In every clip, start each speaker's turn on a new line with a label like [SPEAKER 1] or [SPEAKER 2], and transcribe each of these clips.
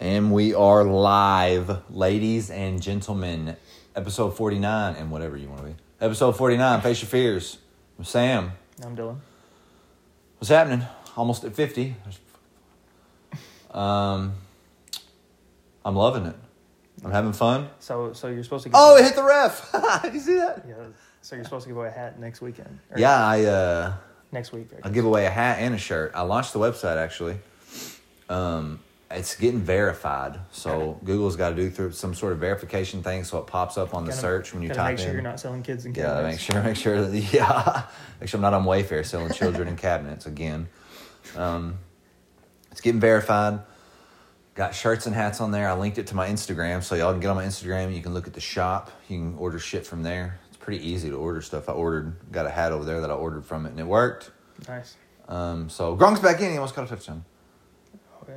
[SPEAKER 1] And we are live, ladies and gentlemen. Episode 49, and whatever you want to be. Episode 49, Face Your Fears. I'm Sam.
[SPEAKER 2] I'm Dylan.
[SPEAKER 1] What's happening? Almost at 50. Um, I'm loving it. I'm having fun.
[SPEAKER 2] So, so you're supposed to. Give
[SPEAKER 1] Oh, it hit the ref. you see that?
[SPEAKER 2] yeah. So you're supposed to give away a hat next weekend. or
[SPEAKER 1] Yeah, I, uh,
[SPEAKER 2] Next week. I
[SPEAKER 1] I'll
[SPEAKER 2] guess.
[SPEAKER 1] give away a hat and a shirt. I launched the website actually. Um, it's getting verified, so Google's got to do through some sort of verification thing, so it pops up on the
[SPEAKER 2] Gotta-
[SPEAKER 1] search when you
[SPEAKER 2] gotta
[SPEAKER 1] type
[SPEAKER 2] make sure
[SPEAKER 1] in.
[SPEAKER 2] you're not selling kids and
[SPEAKER 1] yeah, make
[SPEAKER 2] cabinets.
[SPEAKER 1] sure, make sure that yeah, make sure I'm not on Wayfair selling children and cabinets again. Um, it's getting verified. Got shirts and hats on there. I linked it to my Instagram, so y'all can get on my Instagram. You can look at the shop. You can order shit from there. It's pretty easy to order stuff. I ordered, got a hat over there that I ordered from it, and it worked.
[SPEAKER 2] Nice.
[SPEAKER 1] Um, so Gronk's back in. He almost caught a touchdown.
[SPEAKER 2] Oh yeah.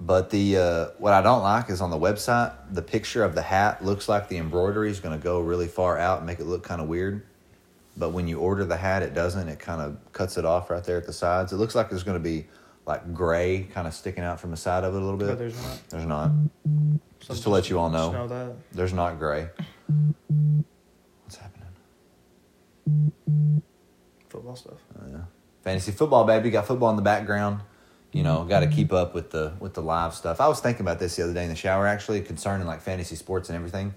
[SPEAKER 1] But the uh, what I don't like is on the website, the picture of the hat looks like the embroidery is going to go really far out and make it look kind of weird. But when you order the hat, it doesn't. It kind of cuts it off right there at the sides. It looks like there's going to be like gray kind of sticking out from the side of it a little bit.
[SPEAKER 2] But there's not.
[SPEAKER 1] There's not.
[SPEAKER 2] So
[SPEAKER 1] Just to let you all
[SPEAKER 2] just
[SPEAKER 1] know,
[SPEAKER 2] know that.
[SPEAKER 1] there's not gray. What's happening?
[SPEAKER 2] Football stuff.
[SPEAKER 1] fantasy football baby got football in the background you know got to
[SPEAKER 2] Mm-hmm.
[SPEAKER 1] keep up with the with the live stuff i was thinking about this the other day in the shower actually concerning like fantasy sports and everything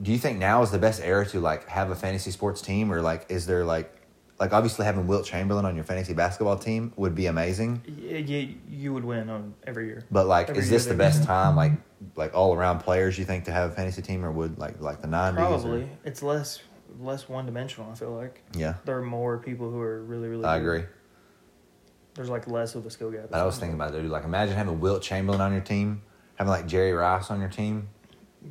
[SPEAKER 1] do you think now is the best era to like have a fantasy sports team or like is there like like obviously having wilt chamberlain on your fantasy basketball team would be amazing
[SPEAKER 2] Yeah, you, you would win on every year.
[SPEAKER 1] but like
[SPEAKER 2] Every
[SPEAKER 1] is
[SPEAKER 2] year
[SPEAKER 1] this the
[SPEAKER 2] they-
[SPEAKER 1] best time like like all around players you think to have a fantasy team or would like like the 90s or-
[SPEAKER 2] Probably. It's less less one dimensional. I feel like
[SPEAKER 1] yeah
[SPEAKER 2] there are more people who are really really.
[SPEAKER 1] i
[SPEAKER 2] good.
[SPEAKER 1] agree
[SPEAKER 2] There's like less of a skill gap.
[SPEAKER 1] but i was thinking about it dude like imagine having wilt chamberlain on your team having like jerry rice on your team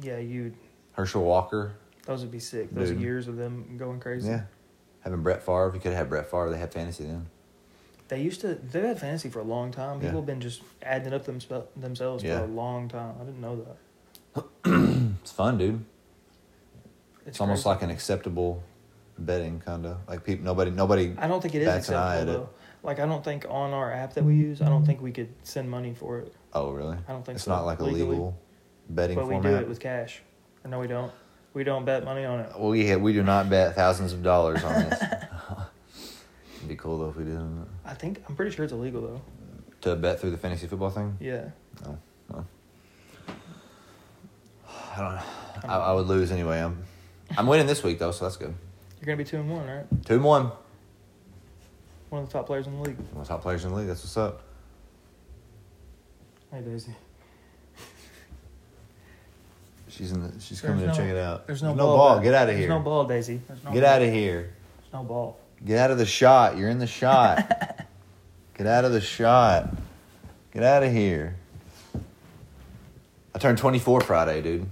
[SPEAKER 2] Yeah, you.
[SPEAKER 1] Herschel Walker.
[SPEAKER 2] Those would be sick. Those
[SPEAKER 1] Dude.
[SPEAKER 2] years of them going crazy.
[SPEAKER 1] Yeah. Having Brett Favre. You could have Brett Favre. They had fantasy then.
[SPEAKER 2] They used to. They've had fantasy for a long time.
[SPEAKER 1] Yeah.
[SPEAKER 2] People have been just adding up them, themselves
[SPEAKER 1] Yeah.
[SPEAKER 2] for a long time. I didn't know that.
[SPEAKER 1] It's fun, dude.
[SPEAKER 2] It's,
[SPEAKER 1] It's, almost
[SPEAKER 2] crazy.
[SPEAKER 1] like an acceptable betting kind of like people. Nobody. Nobody.
[SPEAKER 2] I don't think it is
[SPEAKER 1] bats an eye
[SPEAKER 2] acceptable
[SPEAKER 1] at it.
[SPEAKER 2] though. Like I don't think on our app that we use, I don't think we could send money for it.
[SPEAKER 1] Oh, really?
[SPEAKER 2] I don't think
[SPEAKER 1] it's
[SPEAKER 2] so,
[SPEAKER 1] not like a
[SPEAKER 2] legally.
[SPEAKER 1] legal betting
[SPEAKER 2] But we
[SPEAKER 1] format.
[SPEAKER 2] do it with cash. Or no, we don't. We don't bet money on it.
[SPEAKER 1] well, yeah, we do not bet thousands of dollars on this. It'd be cool though if we did
[SPEAKER 2] I think I'm pretty sure it's illegal though.
[SPEAKER 1] to bet through the fantasy football thing.
[SPEAKER 2] Yeah.
[SPEAKER 1] No, no. I don't. know. I, I would lose anyway. I'm. I'm winning this week though, so that's good.
[SPEAKER 2] You're gonna be two and one, right?
[SPEAKER 1] Two and one.
[SPEAKER 2] One of the top players in the league.
[SPEAKER 1] One of the top players in the league. That's what's up.
[SPEAKER 2] Hey Daisy.
[SPEAKER 1] She's in. The, she's
[SPEAKER 2] There's
[SPEAKER 1] coming
[SPEAKER 2] no-
[SPEAKER 1] to check it out.
[SPEAKER 2] There's no,
[SPEAKER 1] ball.
[SPEAKER 2] ball. back.
[SPEAKER 1] Get out of here.
[SPEAKER 2] There's no ball, Daisy. There's no
[SPEAKER 1] Get
[SPEAKER 2] ball.
[SPEAKER 1] out of here.
[SPEAKER 2] There's no ball.
[SPEAKER 1] Get out of the shot. You're in the shot. Get out of the shot. Get out of here. I turned 24 Friday, dude.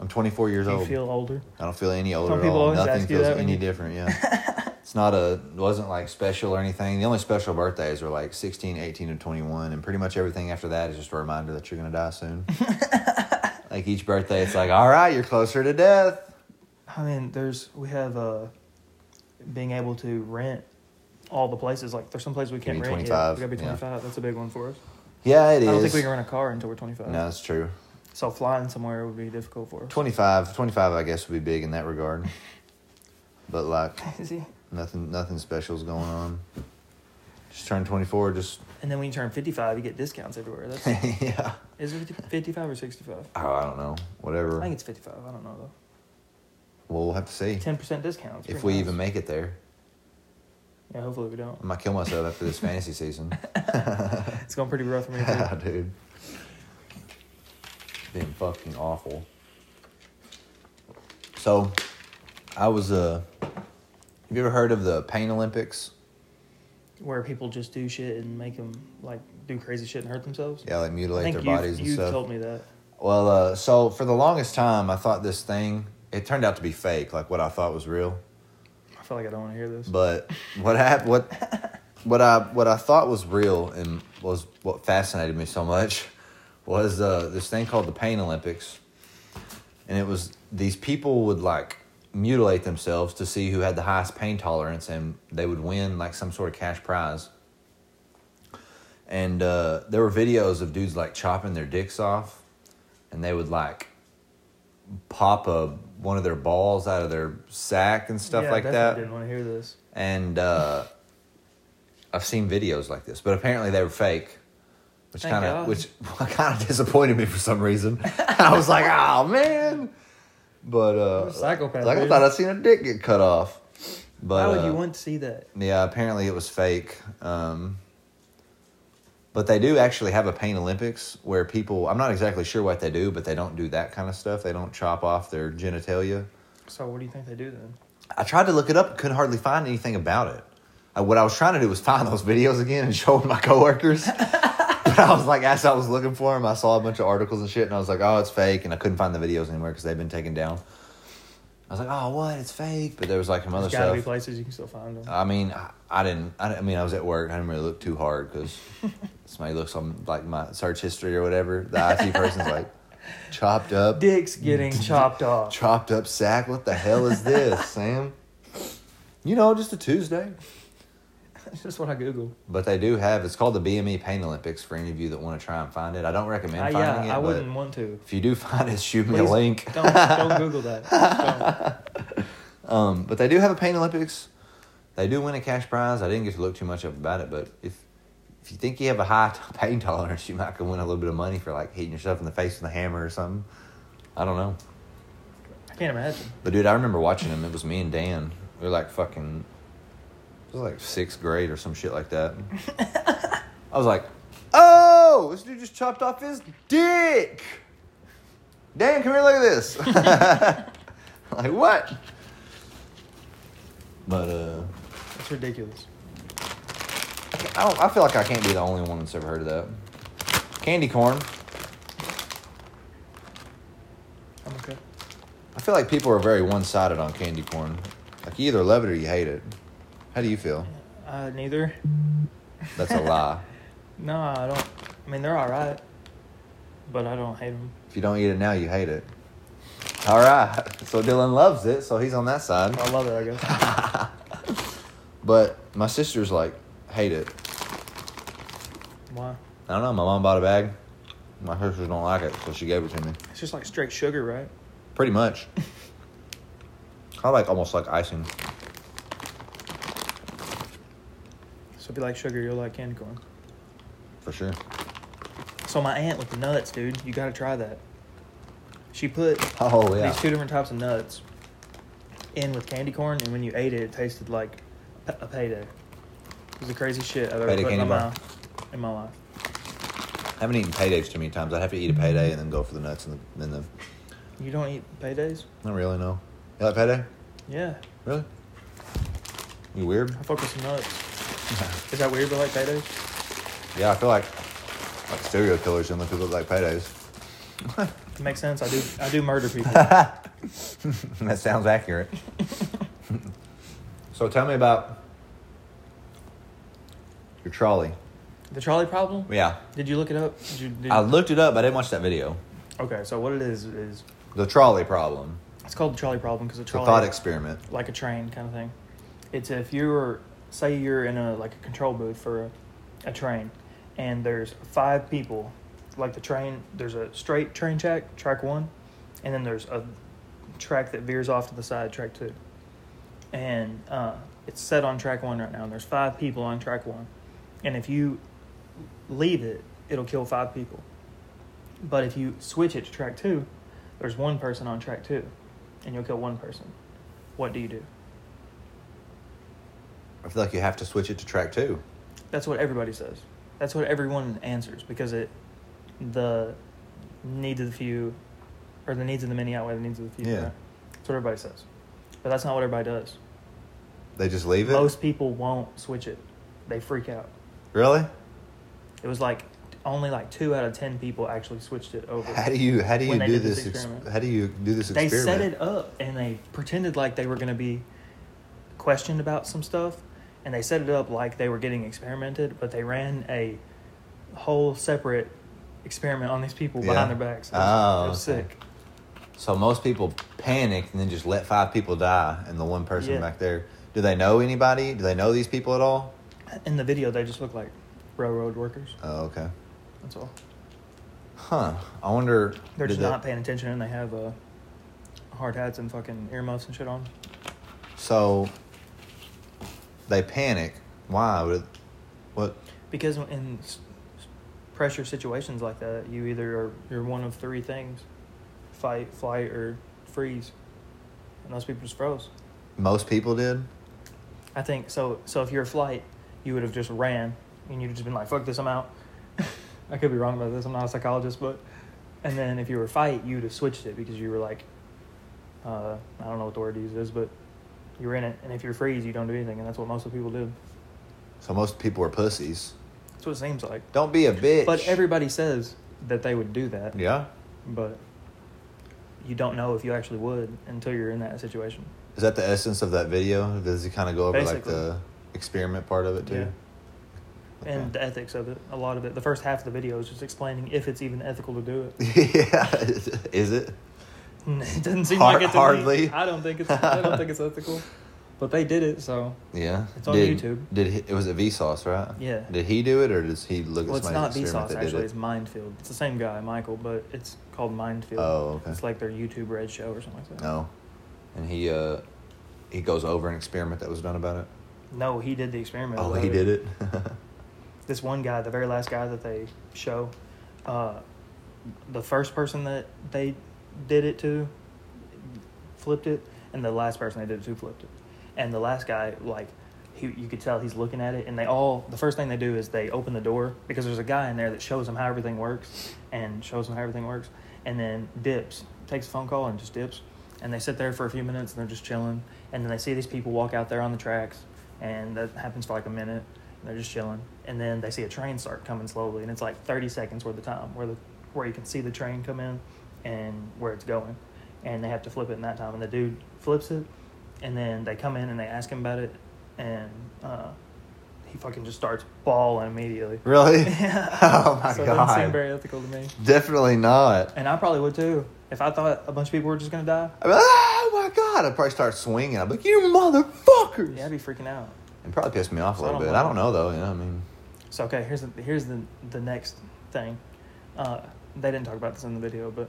[SPEAKER 1] I'm 24 years
[SPEAKER 2] Do you
[SPEAKER 1] old.
[SPEAKER 2] feel older?
[SPEAKER 1] I don't feel any older at
[SPEAKER 2] people
[SPEAKER 1] all.
[SPEAKER 2] always ask
[SPEAKER 1] Nothing
[SPEAKER 2] you
[SPEAKER 1] feels
[SPEAKER 2] that when
[SPEAKER 1] any
[SPEAKER 2] you-
[SPEAKER 1] different. Yeah. it's not a. It wasn't like special or anything. The only special birthdays are like 16, 18, and 21, and pretty much everything after that is just a reminder that you're gonna die soon. like each birthday, it's like, all right, you're closer to death.
[SPEAKER 2] I mean, there's we have uh, being able to rent all the places. Like there's some places we
[SPEAKER 1] be
[SPEAKER 2] can't rent. yet.
[SPEAKER 1] 25,
[SPEAKER 2] We gotta be
[SPEAKER 1] yeah.
[SPEAKER 2] 25. That's a big one for us.
[SPEAKER 1] Yeah, it is.
[SPEAKER 2] I don't think we can rent a car until we're 25.
[SPEAKER 1] No, that's true.
[SPEAKER 2] So flying somewhere would be difficult for us.
[SPEAKER 1] 25, 25, I guess, would be big in that regard. But like, nothing, nothing special's going on. Just turned 24. Just
[SPEAKER 2] And then when you turn 55, you get discounts everywhere. That's,
[SPEAKER 1] yeah.
[SPEAKER 2] is it 50 55 or 65?
[SPEAKER 1] Oh, I don't know. Whatever.
[SPEAKER 2] I think it's 55. I don't know
[SPEAKER 1] Well, we'll have to see
[SPEAKER 2] though. 10% discounts.
[SPEAKER 1] if we even make it there.
[SPEAKER 2] Yeah, hopefully we don't.
[SPEAKER 1] I might kill myself after this fantasy season.
[SPEAKER 2] It's going pretty rough for me. too.
[SPEAKER 1] dude. Been fucking awful. So, I was uh. Have you ever heard of the Pain Olympics?
[SPEAKER 2] Where people just do shit and make them like do crazy shit and hurt themselves.
[SPEAKER 1] Yeah, like
[SPEAKER 2] I
[SPEAKER 1] mutilate
[SPEAKER 2] think
[SPEAKER 1] their
[SPEAKER 2] you've-
[SPEAKER 1] bodies and
[SPEAKER 2] you've
[SPEAKER 1] stuff.
[SPEAKER 2] told me that.
[SPEAKER 1] Well, uh, so for the longest time, I thought this thing, it turned out to be fake, like what I thought was real.
[SPEAKER 2] I feel like I don't want to hear this.
[SPEAKER 1] But what happened, what, what I, what I thought was real and was what fascinated me so much was uh, this thing called the Pain Olympics. And it was these people would like mutilate themselves to see who had the highest pain tolerance and they would win like some sort of cash prize. and uh, there were videos of dudes like chopping their dicks off, and they would like pop a one of their balls out of their sack and stuff
[SPEAKER 2] Yeah,
[SPEAKER 1] like
[SPEAKER 2] definitely
[SPEAKER 1] that.
[SPEAKER 2] Didn't want to hear this.
[SPEAKER 1] And uh, I've seen videos like this, but apparently they were fake, which
[SPEAKER 2] Thank
[SPEAKER 1] kind of
[SPEAKER 2] God.
[SPEAKER 1] which kind of disappointed me for some reason. I was like, oh man, but uh,
[SPEAKER 2] You're a psychopath,
[SPEAKER 1] Like I
[SPEAKER 2] dude.
[SPEAKER 1] thought I'd seen a dick get cut off. But
[SPEAKER 2] Why would
[SPEAKER 1] uh,
[SPEAKER 2] you want to see that?
[SPEAKER 1] yeah, apparently it was fake. Um, but they do actually have a pain Olympics where people, I'm not exactly sure what they do, but they don't do that kind of stuff. They don't chop off their genitalia.
[SPEAKER 2] So what do you think they do then?
[SPEAKER 1] I tried to look it up, couldn't hardly find anything about it. I, what I was trying to do was find those videos again and show 'em my coworkers. but I was like, as I was looking for them, I saw a bunch of articles and shit, and I was like, oh, it's fake. And I couldn't find the videos anywhere because they've been taken down. I was like, oh, what? It's fake. But there was like some other
[SPEAKER 2] There's got to
[SPEAKER 1] stuff.
[SPEAKER 2] be places you can still find them.
[SPEAKER 1] I mean, I, I didn't. I, didn't- I mean, I was at work. I didn't really look too hard because somebody looks on like my search history or whatever. The IT person's like, chopped up,
[SPEAKER 2] Dicks getting chopped off.
[SPEAKER 1] chopped up sack. What the hell is this, Sam? You know, just a Tuesday.
[SPEAKER 2] That's just what I Googled.
[SPEAKER 1] But they do have. It's called the BME Pain Olympics for any of you that want to try and find it. I don't recommend
[SPEAKER 2] I, Uh, yeah,
[SPEAKER 1] finding it,
[SPEAKER 2] I
[SPEAKER 1] but
[SPEAKER 2] wouldn't want to.
[SPEAKER 1] if you do find it, shoot me a
[SPEAKER 2] Please
[SPEAKER 1] link.
[SPEAKER 2] Don't, don't Google that. Don't.
[SPEAKER 1] Um, but they do have a Pain Olympics. They do win a cash prize. I didn't get to look too much up about it, but if if you think you have a high t- pain tolerance, you might can win a little bit of money for like hitting yourself in the face with a hammer or something. I don't know.
[SPEAKER 2] I can't imagine.
[SPEAKER 1] But dude, I remember watching them. It was me and Dan. We were like fucking. It was like sixth grade or some shit like that. I was like, "Oh, this dude just chopped off his dick." Dan, come here. Look at this. like what? But uh,
[SPEAKER 2] It's ridiculous.
[SPEAKER 1] I don't. I feel like I can't be the only one that's ever heard of that. Candy corn.
[SPEAKER 2] I'm okay.
[SPEAKER 1] I feel like people are very one-sided on candy corn. Like you either love it or you hate it. How do you feel?
[SPEAKER 2] Uh, neither.
[SPEAKER 1] That's a lie.
[SPEAKER 2] No, I don't. I mean, they're all right, but I don't hate them.
[SPEAKER 1] If you don't eat it now, you hate it. All right. So Dylan loves it, so he's on that side.
[SPEAKER 2] I love it. I guess.
[SPEAKER 1] But my sister's like, hate it.
[SPEAKER 2] Why?
[SPEAKER 1] I don't know. My mom bought a bag. My sisters don't like it, so she gave it to me.
[SPEAKER 2] It's just like straight sugar, right?
[SPEAKER 1] Pretty much. I like almost like icing.
[SPEAKER 2] So if you like sugar, you'll like candy corn.
[SPEAKER 1] For sure.
[SPEAKER 2] So my aunt with the nuts, dude, you got to try that. She put
[SPEAKER 1] Oh yeah.
[SPEAKER 2] these two different types of nuts in with candy corn, and when you ate it, it tasted like a a payday. It was the craziest shit I've ever
[SPEAKER 1] Payday
[SPEAKER 2] put in my
[SPEAKER 1] candy bar.
[SPEAKER 2] mouth in my life.
[SPEAKER 1] I haven't eaten paydays too many times. I'd have to eat a payday and then go for the nuts and the, and the.
[SPEAKER 2] You don't eat paydays?
[SPEAKER 1] I don't really know. You like payday?
[SPEAKER 2] Yeah,
[SPEAKER 1] Really? You weird?
[SPEAKER 2] I fuck with some nuts. Is that weird? But like paydays?
[SPEAKER 1] Yeah, I feel like like serial killers and the people that like paydays.
[SPEAKER 2] It makes sense. I do. I do murder people.
[SPEAKER 1] that sounds accurate. so tell me about your trolley.
[SPEAKER 2] the trolley problem?
[SPEAKER 1] Yeah.
[SPEAKER 2] Did you look it up? Did you, did
[SPEAKER 1] I looked it up, I didn't watch that video.
[SPEAKER 2] okay, so what it is is
[SPEAKER 1] The trolley problem.
[SPEAKER 2] it's called the trolley problem because the
[SPEAKER 1] The
[SPEAKER 2] trolley
[SPEAKER 1] thought experiment.
[SPEAKER 2] like a train kind of thing. It's if you were say you're in a like a control booth for a, a train, and there's five people, like the train. There's a straight train track, track one, and then there's a track that veers off to the side, track two, and uh, it's set on track one right now. And there's five people on track one, and if you leave it, it'll kill five people. But if you switch it to track two, there's one person on track two, and you'll kill one person. What do you do?
[SPEAKER 1] I feel like you have to switch it to track two.
[SPEAKER 2] That's what everybody says. That's what everyone answers because it, the needs of the few, or the needs of the many outweigh the needs of the few.
[SPEAKER 1] Yeah.
[SPEAKER 2] right? That's what everybody says. But that's not what everybody does.
[SPEAKER 1] They just leave it?
[SPEAKER 2] Most people won't switch it. They freak out.
[SPEAKER 1] Really?
[SPEAKER 2] It was like only like two out of ten people actually switched it over.
[SPEAKER 1] How do you how do you
[SPEAKER 2] When they
[SPEAKER 1] do
[SPEAKER 2] did
[SPEAKER 1] this,
[SPEAKER 2] this
[SPEAKER 1] ex-
[SPEAKER 2] experiment.
[SPEAKER 1] how do you do this
[SPEAKER 2] they
[SPEAKER 1] experiment?
[SPEAKER 2] set it up and they pretended like they were going to be questioned about some stuff and they set it up like they were getting experimented but they ran a whole separate experiment on these people behind
[SPEAKER 1] Yeah.
[SPEAKER 2] their backs it was,
[SPEAKER 1] Oh,
[SPEAKER 2] it was
[SPEAKER 1] okay.
[SPEAKER 2] sick
[SPEAKER 1] So most people panic and then just let five people die and the one person
[SPEAKER 2] Yeah.
[SPEAKER 1] back there. Do they know anybody? Do they know these people at all?
[SPEAKER 2] in the video they just look like railroad workers.
[SPEAKER 1] Oh, okay.
[SPEAKER 2] That's all.
[SPEAKER 1] Huh. I wonder.
[SPEAKER 2] They're
[SPEAKER 1] did
[SPEAKER 2] just
[SPEAKER 1] the-
[SPEAKER 2] not paying attention, and they have uh, hard hats and fucking earmuffs and shit on.
[SPEAKER 1] So they panic. Why? Would- What?
[SPEAKER 2] Because in s- s- pressure situations like that, you either are you're one of three things: fight, flight, or freeze. And those people just froze.
[SPEAKER 1] Most people did.
[SPEAKER 2] I think so. So if you're a flight, you would have just ran, and you'd have just been like, "Fuck this, I'm out." I could be wrong about this. I'm not a psychologist, but and then if you were a fight, you'd have switched it because you were like, uh, I don't know what the word to use is, but you were in it. And if you're freeze, you don't do anything, and that's what most of the people do.
[SPEAKER 1] So most people were pussies.
[SPEAKER 2] That's what it seems like.
[SPEAKER 1] Don't be a bitch.
[SPEAKER 2] But everybody says that they would do that.
[SPEAKER 1] Yeah.
[SPEAKER 2] But you don't know if you actually would until you're in that situation.
[SPEAKER 1] Is that the essence of that video? Does he kind of go over like
[SPEAKER 2] Basically.
[SPEAKER 1] the experiment part of it too?
[SPEAKER 2] Yeah. And
[SPEAKER 1] Okay.
[SPEAKER 2] the ethics of it, a lot of it. The first half of the video is just explaining if it's even ethical to do it.
[SPEAKER 1] yeah. Is it?
[SPEAKER 2] it doesn't seem
[SPEAKER 1] Har-
[SPEAKER 2] like it to
[SPEAKER 1] hardly.
[SPEAKER 2] Me. I don't think it's. I don't think it's ethical. But they did it, so
[SPEAKER 1] Yeah.
[SPEAKER 2] It's on
[SPEAKER 1] did,
[SPEAKER 2] YouTube.
[SPEAKER 1] Did he, it was a Vsauce, right?
[SPEAKER 2] Yeah.
[SPEAKER 1] Did he do it or does he look
[SPEAKER 2] well,
[SPEAKER 1] at
[SPEAKER 2] it's
[SPEAKER 1] somebody's experiment
[SPEAKER 2] not Vsauce
[SPEAKER 1] that did
[SPEAKER 2] actually.
[SPEAKER 1] it?
[SPEAKER 2] It's Mindfield. It's the same guy, Michael, but it's called Mindfield.
[SPEAKER 1] Oh, okay.
[SPEAKER 2] It's like their YouTube Red show or something like that.
[SPEAKER 1] No. And he uh he goes over an experiment that was done about it.
[SPEAKER 2] No, he did the experiment.
[SPEAKER 1] Oh,
[SPEAKER 2] about
[SPEAKER 1] he did it.
[SPEAKER 2] this one guy, the very last guy that they show, uh, the first person that they did it to flipped it, and the last person they did it to flipped it. And the last guy, like, he, you could tell he's looking at it, and they all, the first thing they do is they open the door because there's a guy in there that shows them how everything works and shows them how everything works, and then dips, takes a phone call and just dips. And they sit there for a few minutes and they're just chilling. And then they see these people walk out there on the tracks, and that happens for like a minute. And they're just chilling, and then they see a train start coming slowly, and it's like thirty seconds worth of time where the where you can see the train come in and where it's going, and they have to flip it in that time. And the dude flips it, and then they come in and they ask him about it, and uh, he fucking just starts bawling immediately.
[SPEAKER 1] really?
[SPEAKER 2] Yeah.
[SPEAKER 1] Oh my
[SPEAKER 2] so it doesn't
[SPEAKER 1] god.
[SPEAKER 2] seem very ethical to me.
[SPEAKER 1] Definitely not.
[SPEAKER 2] And I probably would too if I thought a bunch of people were just gonna die.
[SPEAKER 1] I'd be like, oh my god! I'd probably start swinging. I'd be like, you motherfuckers!
[SPEAKER 2] Yeah, I'd be freaking out.
[SPEAKER 1] It probably pissed me off a
[SPEAKER 2] So I
[SPEAKER 1] little
[SPEAKER 2] don't
[SPEAKER 1] bit.
[SPEAKER 2] know.
[SPEAKER 1] I don't know though. You know, I mean,
[SPEAKER 2] So okay, here's the here's the the next thing. Uh, they didn't talk about this in the video, but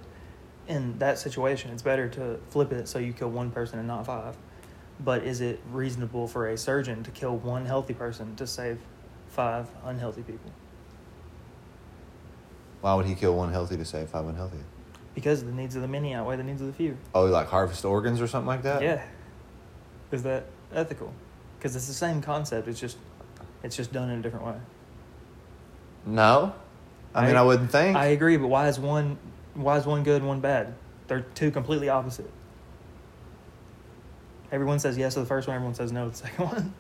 [SPEAKER 2] in that situation, it's better to flip it so you kill one person and not five. But is it reasonable for a surgeon to kill one healthy person to save five unhealthy people?
[SPEAKER 1] why would he kill one healthy to save five unhealthy?
[SPEAKER 2] Because the needs of the many outweigh the needs of the few.
[SPEAKER 1] Oh, like harvest organs or something like that?
[SPEAKER 2] Yeah. Is that ethical? Because it's the same concept. It's just it's just done in a different way.
[SPEAKER 1] No. I, mean, I wouldn't think.
[SPEAKER 2] I agree, but why is one why is one good and one bad? They're two completely opposite. Everyone says yes to the first one. Everyone says no to the second one.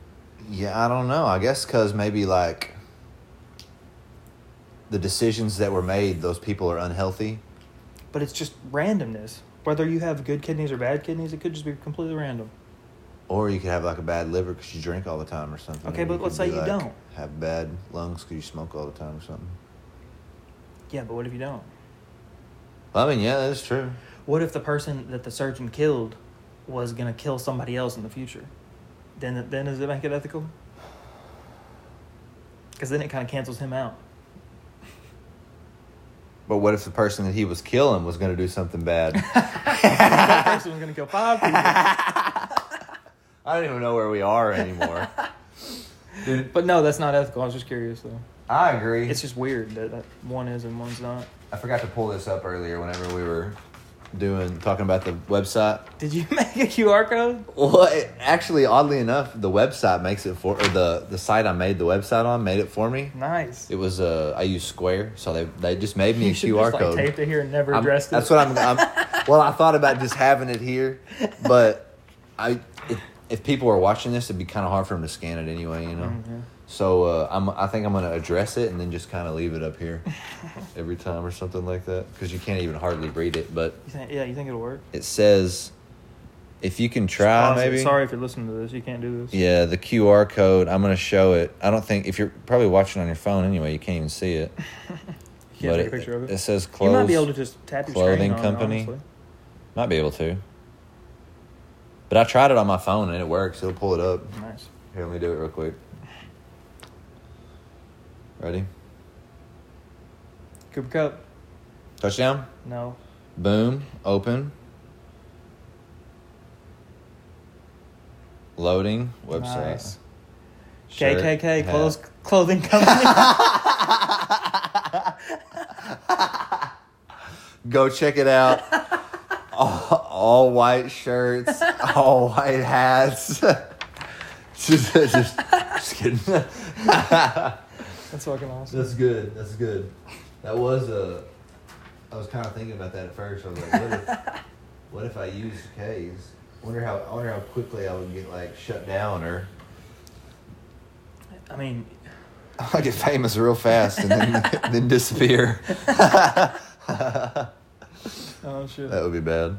[SPEAKER 1] yeah, I don't know. I guess because maybe like the decisions that were made, those people are unhealthy.
[SPEAKER 2] But it's just randomness. Whether you have good kidneys or bad kidneys, it could just be completely random.
[SPEAKER 1] Or you could have like a bad liver because you drink all the time or something.
[SPEAKER 2] Okay,
[SPEAKER 1] Or
[SPEAKER 2] but let's
[SPEAKER 1] could be,
[SPEAKER 2] say you don't.
[SPEAKER 1] Have bad lungs because you smoke all the time or something.
[SPEAKER 2] Yeah, but what if you don't?
[SPEAKER 1] Well, I mean, yeah, that's true.
[SPEAKER 2] What if the person that the surgeon killed was gonna kill somebody else in the future? Then then does it make it ethical? Because then it kind of cancels him out.
[SPEAKER 1] But what if the person that he was killing was going to do something bad?
[SPEAKER 2] that person was gonna kill five people.
[SPEAKER 1] I don't even know where we are anymore. Dude,
[SPEAKER 2] But no, that's not ethical. I was just curious though.
[SPEAKER 1] I agree.
[SPEAKER 2] It's just weird that, that one is and one's not.
[SPEAKER 1] I forgot to pull this up earlier whenever we were doing talking about the website.
[SPEAKER 2] Did you make a QR code?
[SPEAKER 1] Well, it, actually, oddly enough, the website makes it for or the the site I made the website on made it for me.
[SPEAKER 2] Nice.
[SPEAKER 1] It was uh, I used Square, so they they just made me
[SPEAKER 2] you
[SPEAKER 1] a
[SPEAKER 2] should
[SPEAKER 1] QR
[SPEAKER 2] just,
[SPEAKER 1] code.
[SPEAKER 2] Like, taped it here and never
[SPEAKER 1] I'm-
[SPEAKER 2] addressed it.
[SPEAKER 1] that's what I'm, I'm. Well, I thought about just having it here, but I if, if people are watching this, it'd be kind of hard for them to scan it anyway, you know.
[SPEAKER 2] Mm-hmm.
[SPEAKER 1] So uh, I'm I think I'm gonna address it and then just kind of leave it up here every time or something like that because you can't even hardly read it, but.
[SPEAKER 2] You think, yeah, you think it'll work?
[SPEAKER 1] it says if you can try
[SPEAKER 2] Pause it.
[SPEAKER 1] maybe
[SPEAKER 2] Sorry if you're listening to this. You can't do this.
[SPEAKER 1] yeah the qr code i'm gonna show it i don't think if you're probably watching on your phone anyway you can't even see it
[SPEAKER 2] You can't
[SPEAKER 1] but
[SPEAKER 2] take a
[SPEAKER 1] it,
[SPEAKER 2] picture of it.
[SPEAKER 1] it says
[SPEAKER 2] you
[SPEAKER 1] clothes
[SPEAKER 2] might be able to just tap your
[SPEAKER 1] clothing
[SPEAKER 2] screen on,
[SPEAKER 1] company.
[SPEAKER 2] honestly.
[SPEAKER 1] might be able to but i tried it on my phone and it works it'll pull it up
[SPEAKER 2] Nice.
[SPEAKER 1] here let me do it real quick Ready?
[SPEAKER 2] Cooper Cup.
[SPEAKER 1] Touchdown.
[SPEAKER 2] No.
[SPEAKER 1] Boom. Open. Loading. Website.
[SPEAKER 2] Nice.
[SPEAKER 1] Shirt,
[SPEAKER 2] KKK
[SPEAKER 1] hat.
[SPEAKER 2] clothes, clothing company.
[SPEAKER 1] Go check it out. all, all white shirts, all white hats. just, just, just kidding.
[SPEAKER 2] That's fucking awesome.
[SPEAKER 1] That's good. That's good. That was a. I was kind of thinking about that at first. I was like, what if, what if I used K's? Wonder how. I wonder how quickly I would get like shut down or.
[SPEAKER 2] I mean,
[SPEAKER 1] I get famous real fast and then then disappear.
[SPEAKER 2] oh shit.
[SPEAKER 1] That would be bad.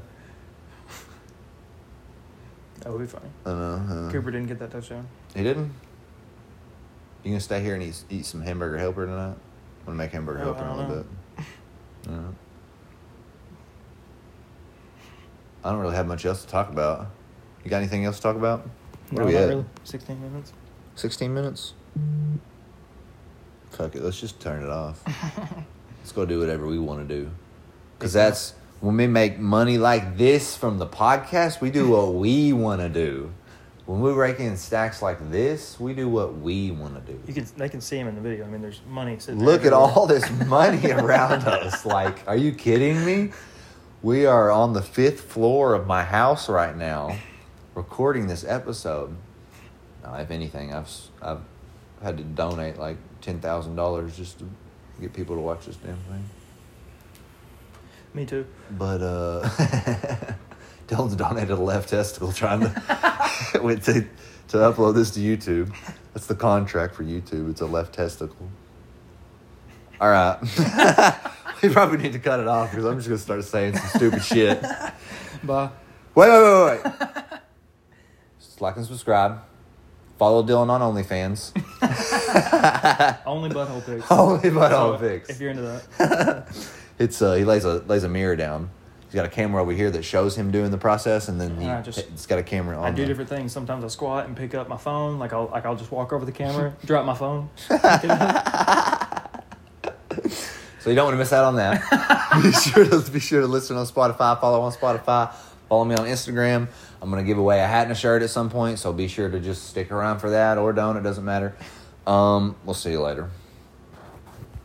[SPEAKER 2] That would be funny.
[SPEAKER 1] I don't know.
[SPEAKER 2] Cooper didn't get that touchdown.
[SPEAKER 1] He Uh, didn't. You gonna stay here and eat, eat some hamburger helper tonight? I'm gonna make hamburger
[SPEAKER 2] Oh,
[SPEAKER 1] helper
[SPEAKER 2] I
[SPEAKER 1] in a
[SPEAKER 2] don't
[SPEAKER 1] little
[SPEAKER 2] know.
[SPEAKER 1] bit. Yeah. I don't really have much else to talk about. You got anything else to talk about? What are we
[SPEAKER 2] not
[SPEAKER 1] at?
[SPEAKER 2] really. 16 minutes.
[SPEAKER 1] 16 minutes? Fuck it, let's just turn it off. let's go do whatever we want to do. Because that's when we make money like this from the podcast, we do what we want to do. When we rake in stacks like this, we do what we want to do.
[SPEAKER 2] You can they can see him in the video. I mean, there's money sitting.
[SPEAKER 1] Look at
[SPEAKER 2] everywhere.
[SPEAKER 1] all this money around us. Like, are you kidding me? We are on the fifth floor of my house right now, recording this episode. Now, if anything, I've s- I've had to donate like ten thousand dollars just to get people to watch this damn thing.
[SPEAKER 2] Me too.
[SPEAKER 1] But uh, Dylan's donated a left testicle trying to went to to upload this to YouTube. That's the contract for YouTube. It's a left testicle. All right, we probably need to cut it off because I'm just gonna start saying some stupid shit. Wait,
[SPEAKER 2] Bye.
[SPEAKER 1] wait, wait, wait, wait. Just like and subscribe. Follow Dylan on OnlyFans.
[SPEAKER 2] Only butthole pics.
[SPEAKER 1] Only butthole
[SPEAKER 2] So,
[SPEAKER 1] pics.
[SPEAKER 2] If you're into that.
[SPEAKER 1] It's uh, he lays a lays a mirror down. He's got a camera over here that shows him doing the process, and then he,
[SPEAKER 2] Yeah, I Ah, just-
[SPEAKER 1] it's got a camera on.
[SPEAKER 2] I do
[SPEAKER 1] the-
[SPEAKER 2] different things. Sometimes I squat and pick up my phone. Like I'll like I'll just walk over the camera, drop my phone. pick it up.
[SPEAKER 1] So you don't want to miss out on that. be sure to be sure to listen on Spotify, follow on Spotify, follow me on Instagram. I'm gonna give away a hat and a shirt at some point, so be sure to just stick around for that or don't. It doesn't matter. Um, we'll see you later.